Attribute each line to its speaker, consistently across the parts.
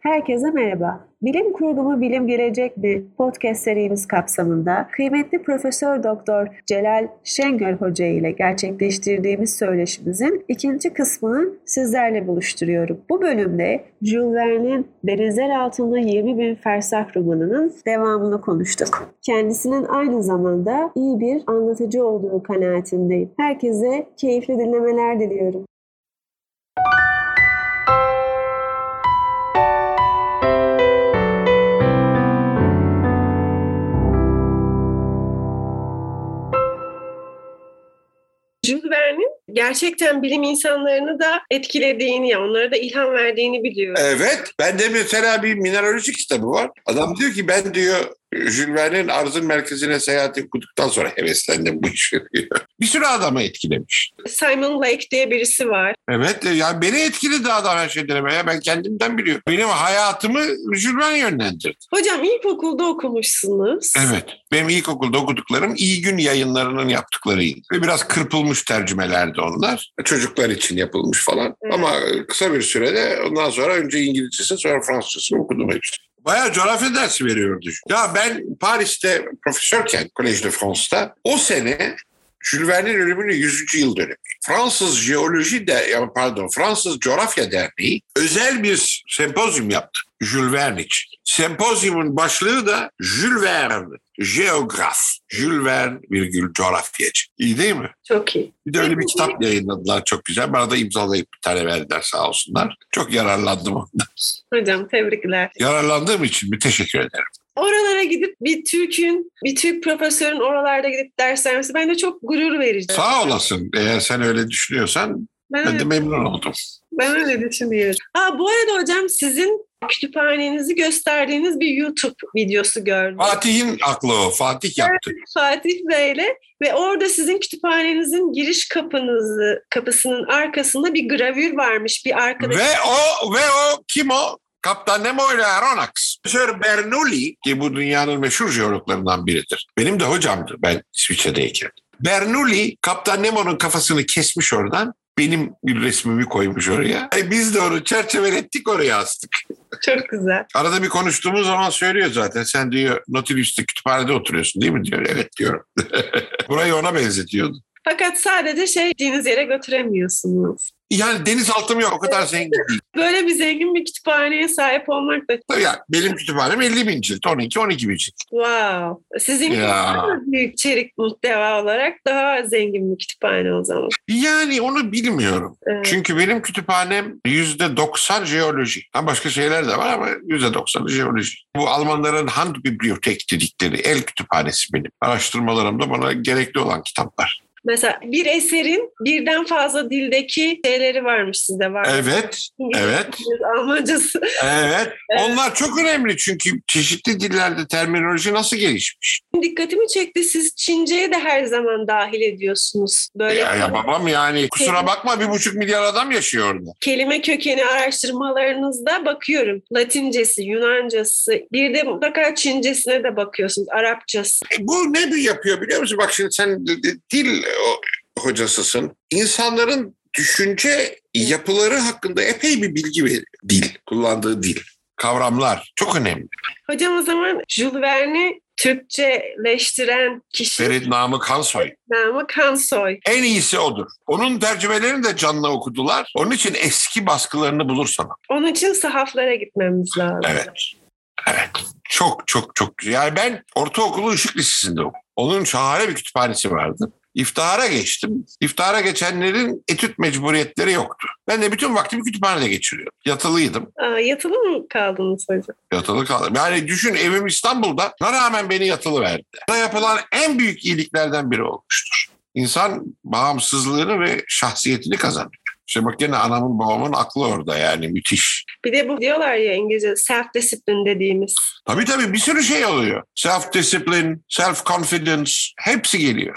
Speaker 1: Herkese merhaba. Bilim Kurgu mu Bilim Gelecek mi podcast serimiz kapsamında kıymetli Profesör Doktor Celal Şengör Hoca ile gerçekleştirdiğimiz söyleşimizin ikinci kısmını sizlerle buluşturuyorum. Bu bölümde Jules Verne'in Denizler Altında 20 Bin Fersah romanının devamını konuştuk. Kendisinin aynı zamanda iyi bir anlatıcı olduğu kanaatindeyim. Herkese keyifli dinlemeler diliyorum.
Speaker 2: Jules Verne'in gerçekten bilim insanlarını da etkilediğini, ya onlara da ilham verdiğini biliyorum.
Speaker 3: Evet. Ben de mesela bir mineraloji kitabı var. Adam diyor ki ben diyor Jules Verne'in arzın merkezine seyahat okuduktan sonra heveslendim bu işe diyor. Bir sürü adamı etkilemiş.
Speaker 2: Simon Lake diye birisi var.
Speaker 3: Evet. e, Yani beni etkiledi adam her şeyden evvel. Ya Ben kendimden biliyorum. Benim hayatımı Jules Verne yönlendirdi.
Speaker 2: Hocam ilkokulda okumuşsunuz.
Speaker 3: Evet. Benim ilkokulda okuduklarım iyi gün yayınlarının yaptıklarıydı. Ve biraz kırpılmış tercümelerdi onlar. Çocuklar için yapılmış falan.
Speaker 2: Evet.
Speaker 3: Ama e, kısa bir sürede ondan sonra önce İngilizcesi sonra Fransızcasını okudum hepsini. Bayağı coğrafya dersi veriyordu. Ya ben Paris'te profesörken, Collège de France'da o sene Jules Verne'in ölümünün 100. yıl dönemi. Fransız Jeoloji de ya pardon Fransız Coğrafya Derneği özel bir sempozyum yaptı Jules Verne için. Sempozyumun başlığı da Jules Verne jeograf. Jules Verne virgül coğrafyacı. İyi değil mi?
Speaker 2: Çok iyi.
Speaker 3: Bir de öyle bir kitap yayınladılar çok güzel. Bana da imzalayıp bir tane verdiler sağ olsunlar. Çok yararlandım ondan.
Speaker 2: Hocam tebrikler.
Speaker 3: Yararlandığım için bir teşekkür ederim.
Speaker 2: Oralara gidip bir Türk'ün, bir Türk profesörün oralarda gidip ders vermesi bence çok gurur verici.
Speaker 3: Sağ olasın. Eğer sen öyle düşünüyorsan ben de
Speaker 2: Ben,
Speaker 3: memnun oldum.
Speaker 2: ben öyle düşünüyorum. Aa, bu arada hocam sizin kütüphanenizi gösterdiğiniz bir YouTube videosu gördüm.
Speaker 3: Fatih'in aklı o. Fatih yaptı.
Speaker 2: Fatih Bey'le ve orada sizin kütüphanenizin giriş kapınızı kapısının arkasında bir gravür varmış bir arkadaş.
Speaker 3: Ve o ve o kim o? Kaptan Nemo ile Aronnax. Sir Bernoulli ki bu dünyanın meşhur jeologlarından biridir. Benim de hocamdı ben İsviçre'deyken. Bernoulli Kaptan Nemo'nun kafasını kesmiş oradan. Benim bir resmimi koymuş oraya. E biz de onu çerçevelettik oraya astık.
Speaker 2: Çok güzel.
Speaker 3: Arada bir konuştuğumuz zaman söylüyor zaten. Sen diyor Nautilus'ta kütüphanede oturuyorsun değil mi diyor. Evet diyorum. Burayı ona benzetiyordu.
Speaker 2: Fakat sadece şey gittiğiniz yere götüremiyorsunuz.
Speaker 3: Yani denizaltım yok o kadar zengin değil.
Speaker 2: Böyle bir zengin bir kütüphaneye sahip olmak da
Speaker 3: Tabii yani benim kütüphanem 50 bin cilt, 12-12 bin cilt.
Speaker 2: wow. Sizin
Speaker 3: Ya.
Speaker 2: büyük içerik muhteva olarak daha zengin bir kütüphane o zaman. Ee,
Speaker 3: Yani onu bilmiyorum.
Speaker 2: Evet.
Speaker 3: Çünkü benim kütüphanem %90 jeoloji. Ha başka şeyler de var ama %90'ı jeoloji. Bu Almanların Handbibliothek dedikleri el kütüphanesi benim. Araştırmalarımda bana gerekli olan kitaplar.
Speaker 2: Mesela bir eserin birden fazla dildeki şeyleri varmış sizde var.
Speaker 3: Evet,
Speaker 2: İngilizce,
Speaker 3: evet,
Speaker 2: Almancası.
Speaker 3: evet. Onlar çok önemli çünkü çeşitli dillerde terminoloji nasıl gelişmiş?
Speaker 2: Dikkatimi çekti siz Çince'ye de her zaman dahil ediyorsunuz. Böyle
Speaker 3: Ya, ya babam yani kusura bakma bir buçuk milyar adam yaşıyor orada.
Speaker 2: kelime kökeni araştırmalarınızda bakıyorum. Latincesi, Yunancası, bir de mutlaka Çincesine de bakıyorsunuz. Arapçası.
Speaker 3: bu ne bir yapıyor biliyor musun? Bak şimdi sen d- d- dil o- hocasısın. İnsanların düşünce yapıları hakkında epey bir bilgi veriyor. Dil, kullandığı dil. Kavramlar çok önemli.
Speaker 2: Hocam o zaman Jules Verne'i Türkçeleştiren kişi
Speaker 3: Ferit Namık Hansoy.
Speaker 2: namı Kansoy.
Speaker 3: En iyisi odur. Onun tercümelerini de canlı okudular. Onun için eski baskılarını bulursan.
Speaker 2: Onun için sahaflara gitmemiz lazım.
Speaker 3: Evet. Evet. Çok çok çok güzel. Yani ben ortaokulu ışık lisesinde okudum. Onun şahane bir kütüphanesi vardı. İftihara geçtim. İftihara geçenlerin etüt mecburiyetleri yoktu. Ben de bütün vaktimi kütüphanede geçiriyordum. Yatılıydım.
Speaker 2: Aa, yatılı mı kaldınız hocam?
Speaker 3: Yatılı kaldım. Yani düşün evim İstanbul'da. Ona rağmen beni yatılı verdi. Bana yapılan en büyük iyiliklerden biri olmuştur. İnsan bağımsızlığını ve şahsiyetini kazanıyor. İşte bak gene anamın babamın aklı orada yani müthiş.
Speaker 2: Bir de bu diyorlar ya İngilizce self discipline dediğimiz.
Speaker 3: Tabii tabii bir sürü şey oluyor. Self discipline, self confidence hepsi geliyor.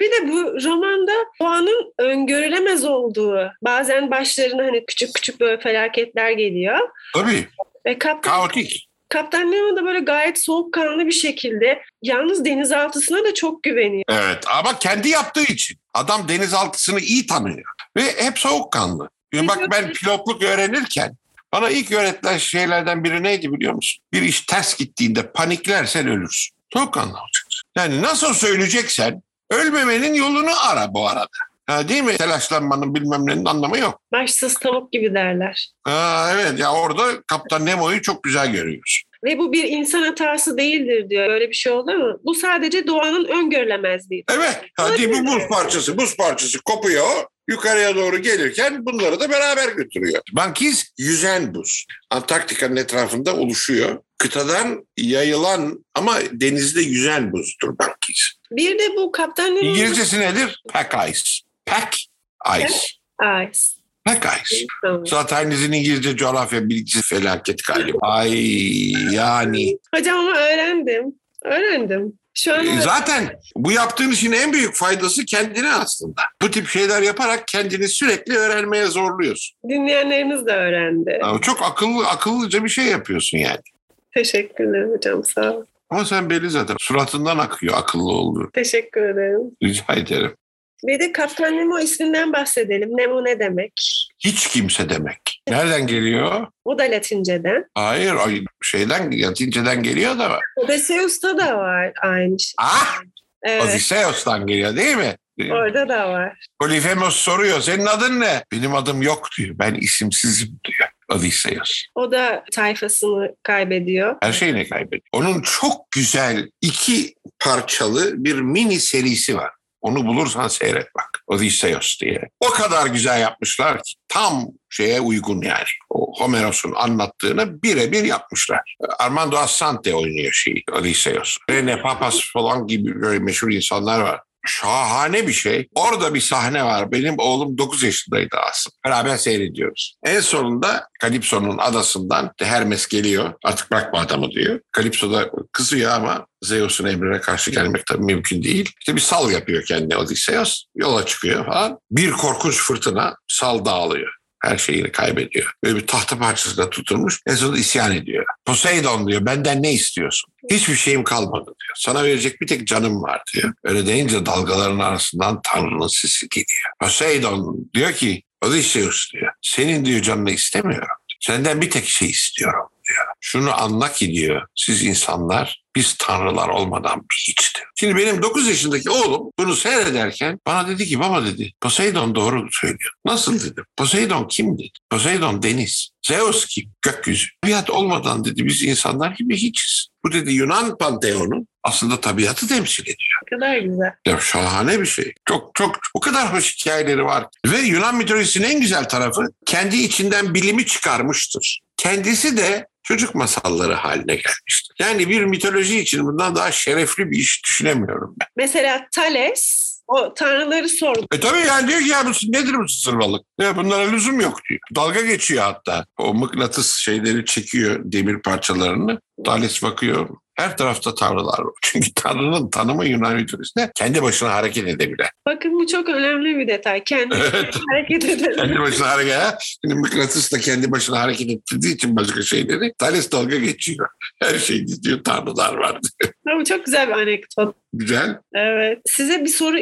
Speaker 2: Bir de bu romanda doğanın öngörülemez olduğu, bazen başlarına hani küçük küçük böyle felaketler geliyor.
Speaker 3: Tabii
Speaker 2: Ve kaptan,
Speaker 3: kaotik.
Speaker 2: kaptan Nemo da böyle gayet soğukkanlı bir şekilde yalnız denizaltısına da çok güveniyor.
Speaker 3: Evet ama kendi yaptığı için. Adam denizaltısını iyi tanıyor ve hep soğukkanlı. Yani bak ben pilotluk öğrenirken Bana ilk öğretilen şeylerden biri neydi biliyor musun? Bir iş ters gittiğinde paniklersen ölürsün. Çok anlatacaksın. Yani nasıl söyleyeceksen ölmemenin yolunu ara bu arada. Ha, değil mi? Telaşlanmanın bilmem nenin anlamı yok.
Speaker 2: Başsız tavuk gibi derler.
Speaker 3: Ha, evet ya orada Kaptan Nemo'yu çok güzel görüyoruz.
Speaker 2: Ve bu bir insan hatası değildir diyor. Böyle bir şey olur mu? Bu sadece doğanın öngörülemezliği.
Speaker 3: Evet. Ha, değil mi? Buz parçası. Buz parçası kopuyor. Yukarıya doğru gelirken bunları da beraber götürüyor. Bankiz yüzen buz. Antarktika'nın etrafında oluşuyor. Kıtadan yayılan ama denizde yüzen buzdur bankiz.
Speaker 2: Bir de bu kaptan Nemo'nun
Speaker 3: İngilizcesi nedir? Pack ice. Pack ice.
Speaker 2: Eyes.
Speaker 3: Pack ice. Zatenizin İngilizce coğrafya bilgisi felaket galiba. Ay yani.
Speaker 2: Hocam ama öğrendim. Öğrendim. Şu an
Speaker 3: E, Zaten bu yaptığın işin en büyük faydası kendine aslında. Bu tip şeyler yaparak kendini sürekli öğrenmeye zorluyorsun.
Speaker 2: dinleyenlerimiz de öğrendi.
Speaker 3: Ama çok akıllı akıllıca bir şey yapıyorsun yani.
Speaker 2: Teşekkürler hocam sağ ol.
Speaker 3: Ama sen belli zaten. Suratından akıyor akıllı oldu.
Speaker 2: Teşekkür ederim.
Speaker 3: Rica ederim.
Speaker 2: Bir de Kaptan Nemo isminden bahsedelim. Nemo ne demek?
Speaker 3: Hiç kimse demek. Nereden geliyor?
Speaker 2: O da Latinceden.
Speaker 3: Hayır, ay- şeyden, Latince'den geliyor da.
Speaker 2: Odysseus'ta da var aynı şey.
Speaker 3: Ah,
Speaker 2: Evet,
Speaker 3: Odysseus'tan geliyor değil mi?
Speaker 2: orada da var.
Speaker 3: Polifemos soruyor, senin adın ne? Benim adım yok diyor. Ben isimsizim diyor. Odysseus.
Speaker 2: O da tayfasını kaybediyor.
Speaker 3: Her şeyini kaybediyor. Onun çok güzel iki parçalı bir mini serisi var. Onu bulursan seyret bak. Odysseus diye. O kadar güzel yapmışlar ki tam şeye uygun yani. O Homeros'un anlattığını birebir yapmışlar. Armando Assante oynuyor şeyi Odysseus. Rene Papas falan gibi böyle meşhur insanlar var. Şahane bir şey. Orada bir sahne var. Benim oğlum 9 yaşındaydı aslında. Beraber seyrediyoruz. En sonunda Kalipso'nun adasından Hermes geliyor. Artık bırakma adamı diyor. Kalipso da kızıyor ama Zeus'un emrine karşı gelmek tabii mümkün değil. İşte bir sal yapıyor kendine Odysseus. Yola çıkıyor falan. Bir korkunç fırtına sal dağılıyor. Her şeyini kaybediyor. Böyle bir tahta parçasına tutulmuş. En sonunda isyan ediyor. Poseidon diyor benden ne istiyorsun? Hiçbir şeyim kalmadı diyor. Sana verecek bir tek canım var diyor. Öyle deyince dalgaların arasından Tanrı'nın sesi geliyor. Poseidon diyor ki Odysseus diyor. Senin diyor canını istemiyorum. Senden bir tek şey istiyorum diyor. Şunu anla ki diyor siz insanlar biz tanrılar olmadan bir hiçtir. Şimdi benim 9 yaşındaki oğlum bunu seyrederken bana dedi ki baba dedi Poseidon doğru söylüyor. Nasıl dedim. Poseidon kim dedi. Poseidon deniz. Zeus kim? Gökyüzü. Tabiat olmadan dedi biz insanlar gibi hiçiz. Bu dedi Yunan panteonu aslında tabiatı temsil ediyor.
Speaker 2: Ne kadar güzel.
Speaker 3: Ya şahane bir şey. Çok çok o kadar hoş hikayeleri var. Ve Yunan mitolojisinin en güzel tarafı kendi içinden bilimi çıkarmıştır. Kendisi de çocuk masalları haline gelmiştir. Yani bir mitoloji için bundan daha şerefli bir iş düşünemiyorum ben.
Speaker 2: Mesela Thales o tanrıları sordu.
Speaker 3: E tabii yani diyor ki ya bu nedir bu sırvalık? Ya bunlara lüzum yok diyor. Dalga geçiyor hatta. O mıknatıs şeyleri çekiyor demir parçalarını. Thales bakıyor. Her tarafta tanrılar var. Çünkü tanrının tanımı Yunan mitolojisinde kendi başına hareket edebilen.
Speaker 2: Bakın bu çok önemli bir detay. Kendi
Speaker 3: Evet.
Speaker 2: hareket edelim.
Speaker 3: kendi başına hareket ha? Şimdi mıknatıs da kendi başına hareket ettirdiği için başka şeyleri Thales dalga geçiyor. Her şey diyor tanrılar var.
Speaker 2: Bu çok güzel bir anekdot.
Speaker 3: Güzel.
Speaker 2: Evet. Size bir soru.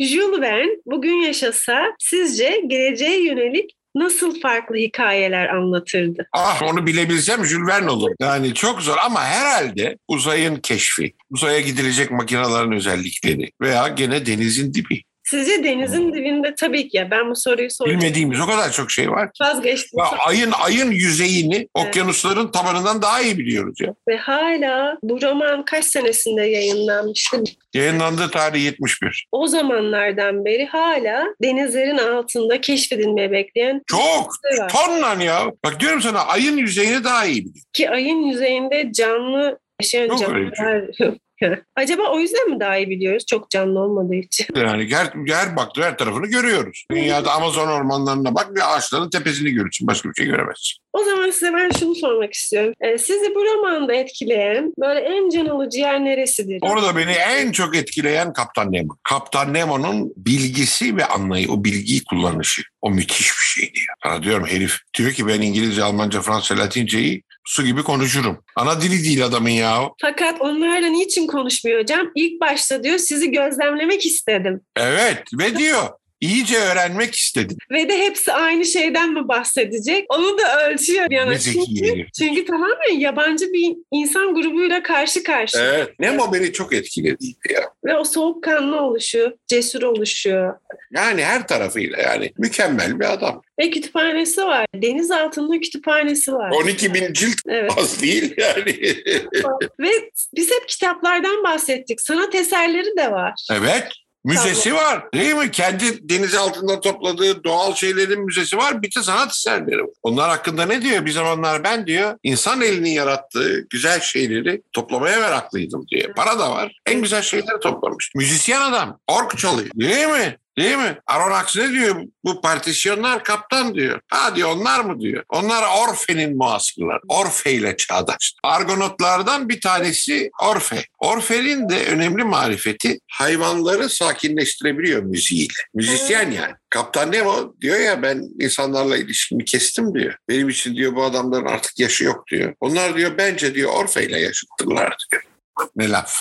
Speaker 2: Jules Verne bugün yaşasa sizce geleceğe yönelik nasıl farklı hikayeler anlatırdı?
Speaker 3: Ah onu bilebilsem Jules Verne olur. Yani çok zor ama herhalde uzayın keşfi, uzaya gidilecek makinelerin özellikleri veya gene denizin dibi.
Speaker 2: Sizce denizin dibinde tabii ki ya ben bu soruyu sordum.
Speaker 3: Bilmediğimiz o kadar çok şey var. ki.
Speaker 2: Vazgeçtim
Speaker 3: Ya ayın ayın yüzeyini okyanusların tabanından daha iyi biliyoruz ya.
Speaker 2: ve hala bu roman kaç senesinde yayınlanmıştı?
Speaker 3: Yayınlandığı tarih 71.
Speaker 2: O zamanlardan beri hala denizlerin altında keşfedilmeye bekleyen
Speaker 3: Çok
Speaker 2: bir var.
Speaker 3: tonla ya. Bak diyorum sana ayın yüzeyini daha iyi biliyor.
Speaker 2: Ki ayın yüzeyinde canlı yaşayan
Speaker 3: Yok öyle bir
Speaker 2: canlılar yok. Acaba o yüzden mi daha iyi biliyoruz? Çok canlı olmadığı için.
Speaker 3: Yani her, her baktığı her tarafını görüyoruz. Dünyada Amazon ormanlarına bak bir ağaçların tepesini görürsün. Başka bir şey göremezsin.
Speaker 2: O zaman size ben şunu sormak istiyorum. Ee, sizi bu romanda etkileyen böyle en can alıcı yer neresidir?
Speaker 3: Orada beni en çok etkileyen Kaptan Nemo. Kaptan Nemo'nun bilgisi ve anlayı, o bilgiyi kullanışı. O müthiş bir şeydi. ya. Sana diyorum herif diyor ki ben İngilizce, Almanca, Fransızca, Latince'yi su gibi konuşurum. Ana dili değil adamın ya.
Speaker 2: Fakat onlarla niçin konuşmuyor hocam? İlk başta diyor sizi gözlemlemek istedim.
Speaker 3: Evet ve diyor iyice öğrenmek istedim.
Speaker 2: Ve de hepsi aynı şeyden mi bahsedecek? Onu da ölçüyor bir yana.
Speaker 3: Ne zeki
Speaker 2: Çünkü,
Speaker 3: herif.
Speaker 2: çünkü tamamen yabancı bir insan grubuyla karşı karşıya.
Speaker 3: Evet. Nemo beni çok etkilediydi ya.
Speaker 2: Ve o soğukkanlı oluşu, cesur oluşu,
Speaker 3: Yani her tarafıyla yani mükemmel bir adam.
Speaker 2: Ve kütüphanesi var. Deniz altında kütüphanesi var.
Speaker 3: 12 bin cilt
Speaker 2: Evet.
Speaker 3: az değil yani.
Speaker 2: Ve biz hep kitaplardan bahsettik. Sanat eserleri de var.
Speaker 3: evet. Müzesi var değil mi? Kendi deniz altında topladığı doğal şeylerin müzesi var. Bir de sanat eserleri var. Onlar hakkında ne diyor? Bir zamanlar ben diyor insan elinin yarattığı güzel şeyleri toplamaya meraklıydım diye. Para da var. En güzel şeyleri toplamış. Müzisyen adam. Ork çalıyor değil mi? Değil mi? Aronaks ne diyor? Bu partisyonlar kaptan diyor. Ha diyor onlar mı diyor. Onlar Orfe'nin muasırları. Orfe ile çağdaş. Argonotlardan bir tanesi Orfe. Orfe'nin de önemli marifeti hayvanları sakinleştirebiliyor müziğiyle. Müzisyen yani. Kaptan Nemo diyor ya ben insanlarla ilişkimi kestim diyor. Benim için diyor bu adamların artık yaşı yok diyor. Onlar diyor bence diyor Orfe ile yaşattılar diyor. Ne laf.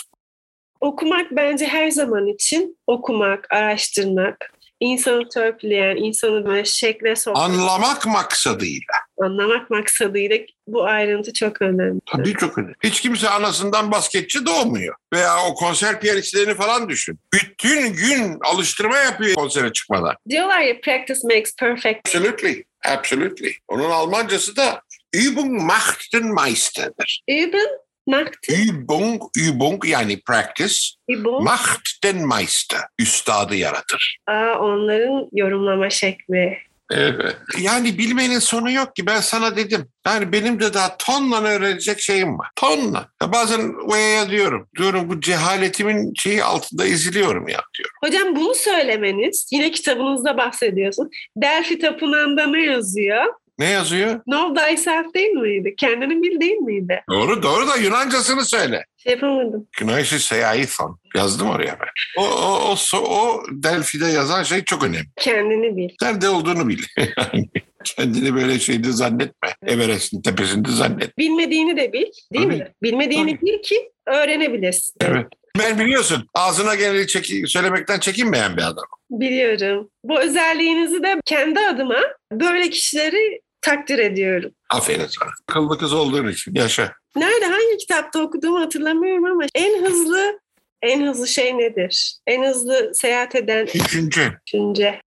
Speaker 2: Okumak bence her zaman için okumak, araştırmak, insanı törpüleyen, insanı böyle şekle sokan,
Speaker 3: Anlamak maksadıyla.
Speaker 2: anlamak maksadıyla bu ayrıntı çok önemli.
Speaker 3: Tabii çok önemli. Hiç kimse anasından basketçi doğmuyor. Veya o konser piyanistlerini falan düşün. Bütün gün alıştırma yapıyor konsere çıkmadan.
Speaker 2: Diyorlar ya practice makes perfect.
Speaker 3: Absolutely. Absolutely. Onun Almancası da Übung macht den Meister'dır.
Speaker 2: Üben macht
Speaker 3: Übung, Übung yani practice.
Speaker 2: übung.
Speaker 3: Macht den Meister. Üstadı yaratır.
Speaker 2: Aa, onların yorumlama şekli.
Speaker 3: Evet. Yani bilmenin sonu yok ki. Ben sana dedim. Yani benim de daha tonla öğrenecek şeyim var. Tonla. Ya bazen Oya'ya diyorum. Diyorum bu cehaletimin şeyi altında eziliyorum ya diyor.
Speaker 2: Hocam bunu söylemeniz, yine kitabınızda bahsediyorsun. Delphi Tapınağı'nda ne yazıyor?
Speaker 3: Ne yazıyor?
Speaker 2: Know thyself değil miydi? Kendini bil değil miydi?
Speaker 3: Doğru doğru da Yunancasını söyle.
Speaker 2: Şey yapamadım.
Speaker 3: Güneşi Seyaithon. Yazdım oraya ben. O, o, o, so- o Delphi'de yazan şey çok önemli.
Speaker 2: Kendini bil.
Speaker 3: Nerede olduğunu bil. Yani Kendini böyle şeyde zannetme. Everest'in tepesinde zannet.
Speaker 2: Bilmediğini de bil. Değil mi? Bilmediğini
Speaker 3: Tabii.
Speaker 2: bil ki öğrenebilesin.
Speaker 3: Evet. Ben biliyorsun ağzına geleni çeki- söylemekten çekinmeyen bir adam.
Speaker 2: Biliyorum. Bu özelliğinizi de kendi adıma böyle kişileri takdir ediyorum.
Speaker 3: Aferin sana. Kıllı kız olduğun için yaşa.
Speaker 2: Nerede hangi kitapta okuduğumu hatırlamıyorum ama en hızlı en hızlı şey nedir? En hızlı seyahat eden
Speaker 3: Üçüncü.
Speaker 2: düşünce.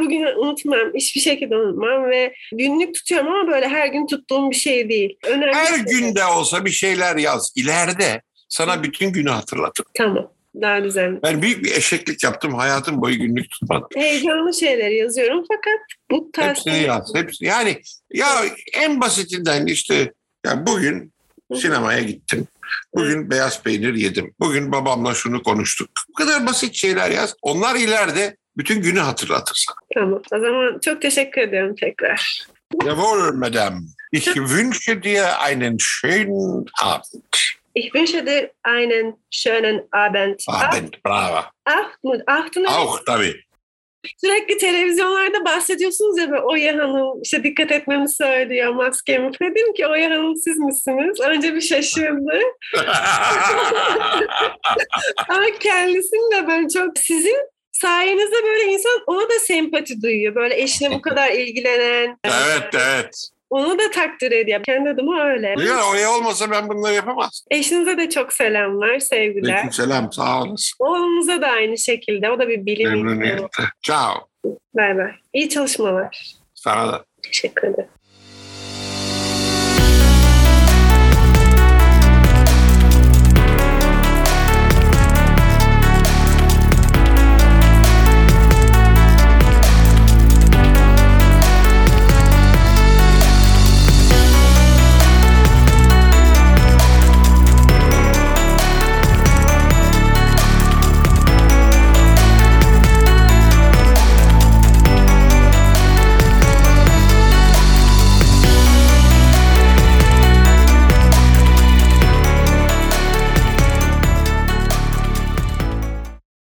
Speaker 2: Bugün unutmam, hiçbir şekilde unutmam ve günlük tutuyorum ama böyle her gün tuttuğum bir şey değil. Önemli
Speaker 3: Her
Speaker 2: şeyler.
Speaker 3: günde olsa bir şeyler yaz. İleride sana bütün günü hatırlatır.
Speaker 2: Tamam. Daha düzenli.
Speaker 3: Ben büyük bir eşeklik yaptım. Hayatım boyu günlük tutmadım.
Speaker 2: Heyecanlı şeyleri yazıyorum fakat bu tarz...
Speaker 3: Hepsini yaz. Hepsi. Yani ya en basitinden işte ya bugün sinemaya gittim. Bugün beyaz peynir yedim. Bugün babamla şunu konuştuk. Bu kadar basit şeyler yaz. Onlar ileride bütün günü hatırlatır sana.
Speaker 2: Tamam. O zaman çok teşekkür ediyorum tekrar.
Speaker 3: Jawohl, madam. Ich wünsche dir einen schönen Abend.
Speaker 2: Ich wünsche dir einen schönen Abend.
Speaker 3: Abend, bravo.
Speaker 2: Ah, ahtını
Speaker 3: Auch tabii.
Speaker 2: sürekli televizyonlarda bahsediyorsunuz ya böyle Oya Hanım işte dikkat etmemi söylüyor maskemi. Dedim ki Oya Hanım siz misiniz? Önce bir şaşırdı. Ama kendisini de böyle çok sizin sayenizde böyle insan ona da sempati duyuyor. Böyle eşine bu kadar ilgilenen.
Speaker 3: evet, evet.
Speaker 2: Onu da takdir ediyor. Kendi adıma öyle.
Speaker 3: Ya, oraya olmasa ben bunları yapamazdım.
Speaker 2: Eşinize de çok selamlar, sevgiler.
Speaker 3: Aleyküm selam, sağ olasın.
Speaker 2: Oğlunuza da aynı şekilde. O da bir bilim. insanı.
Speaker 3: Memnuniyetle. Ciao.
Speaker 2: Bay bay. İyi çalışmalar.
Speaker 3: Sana da.
Speaker 2: Teşekkür ederim.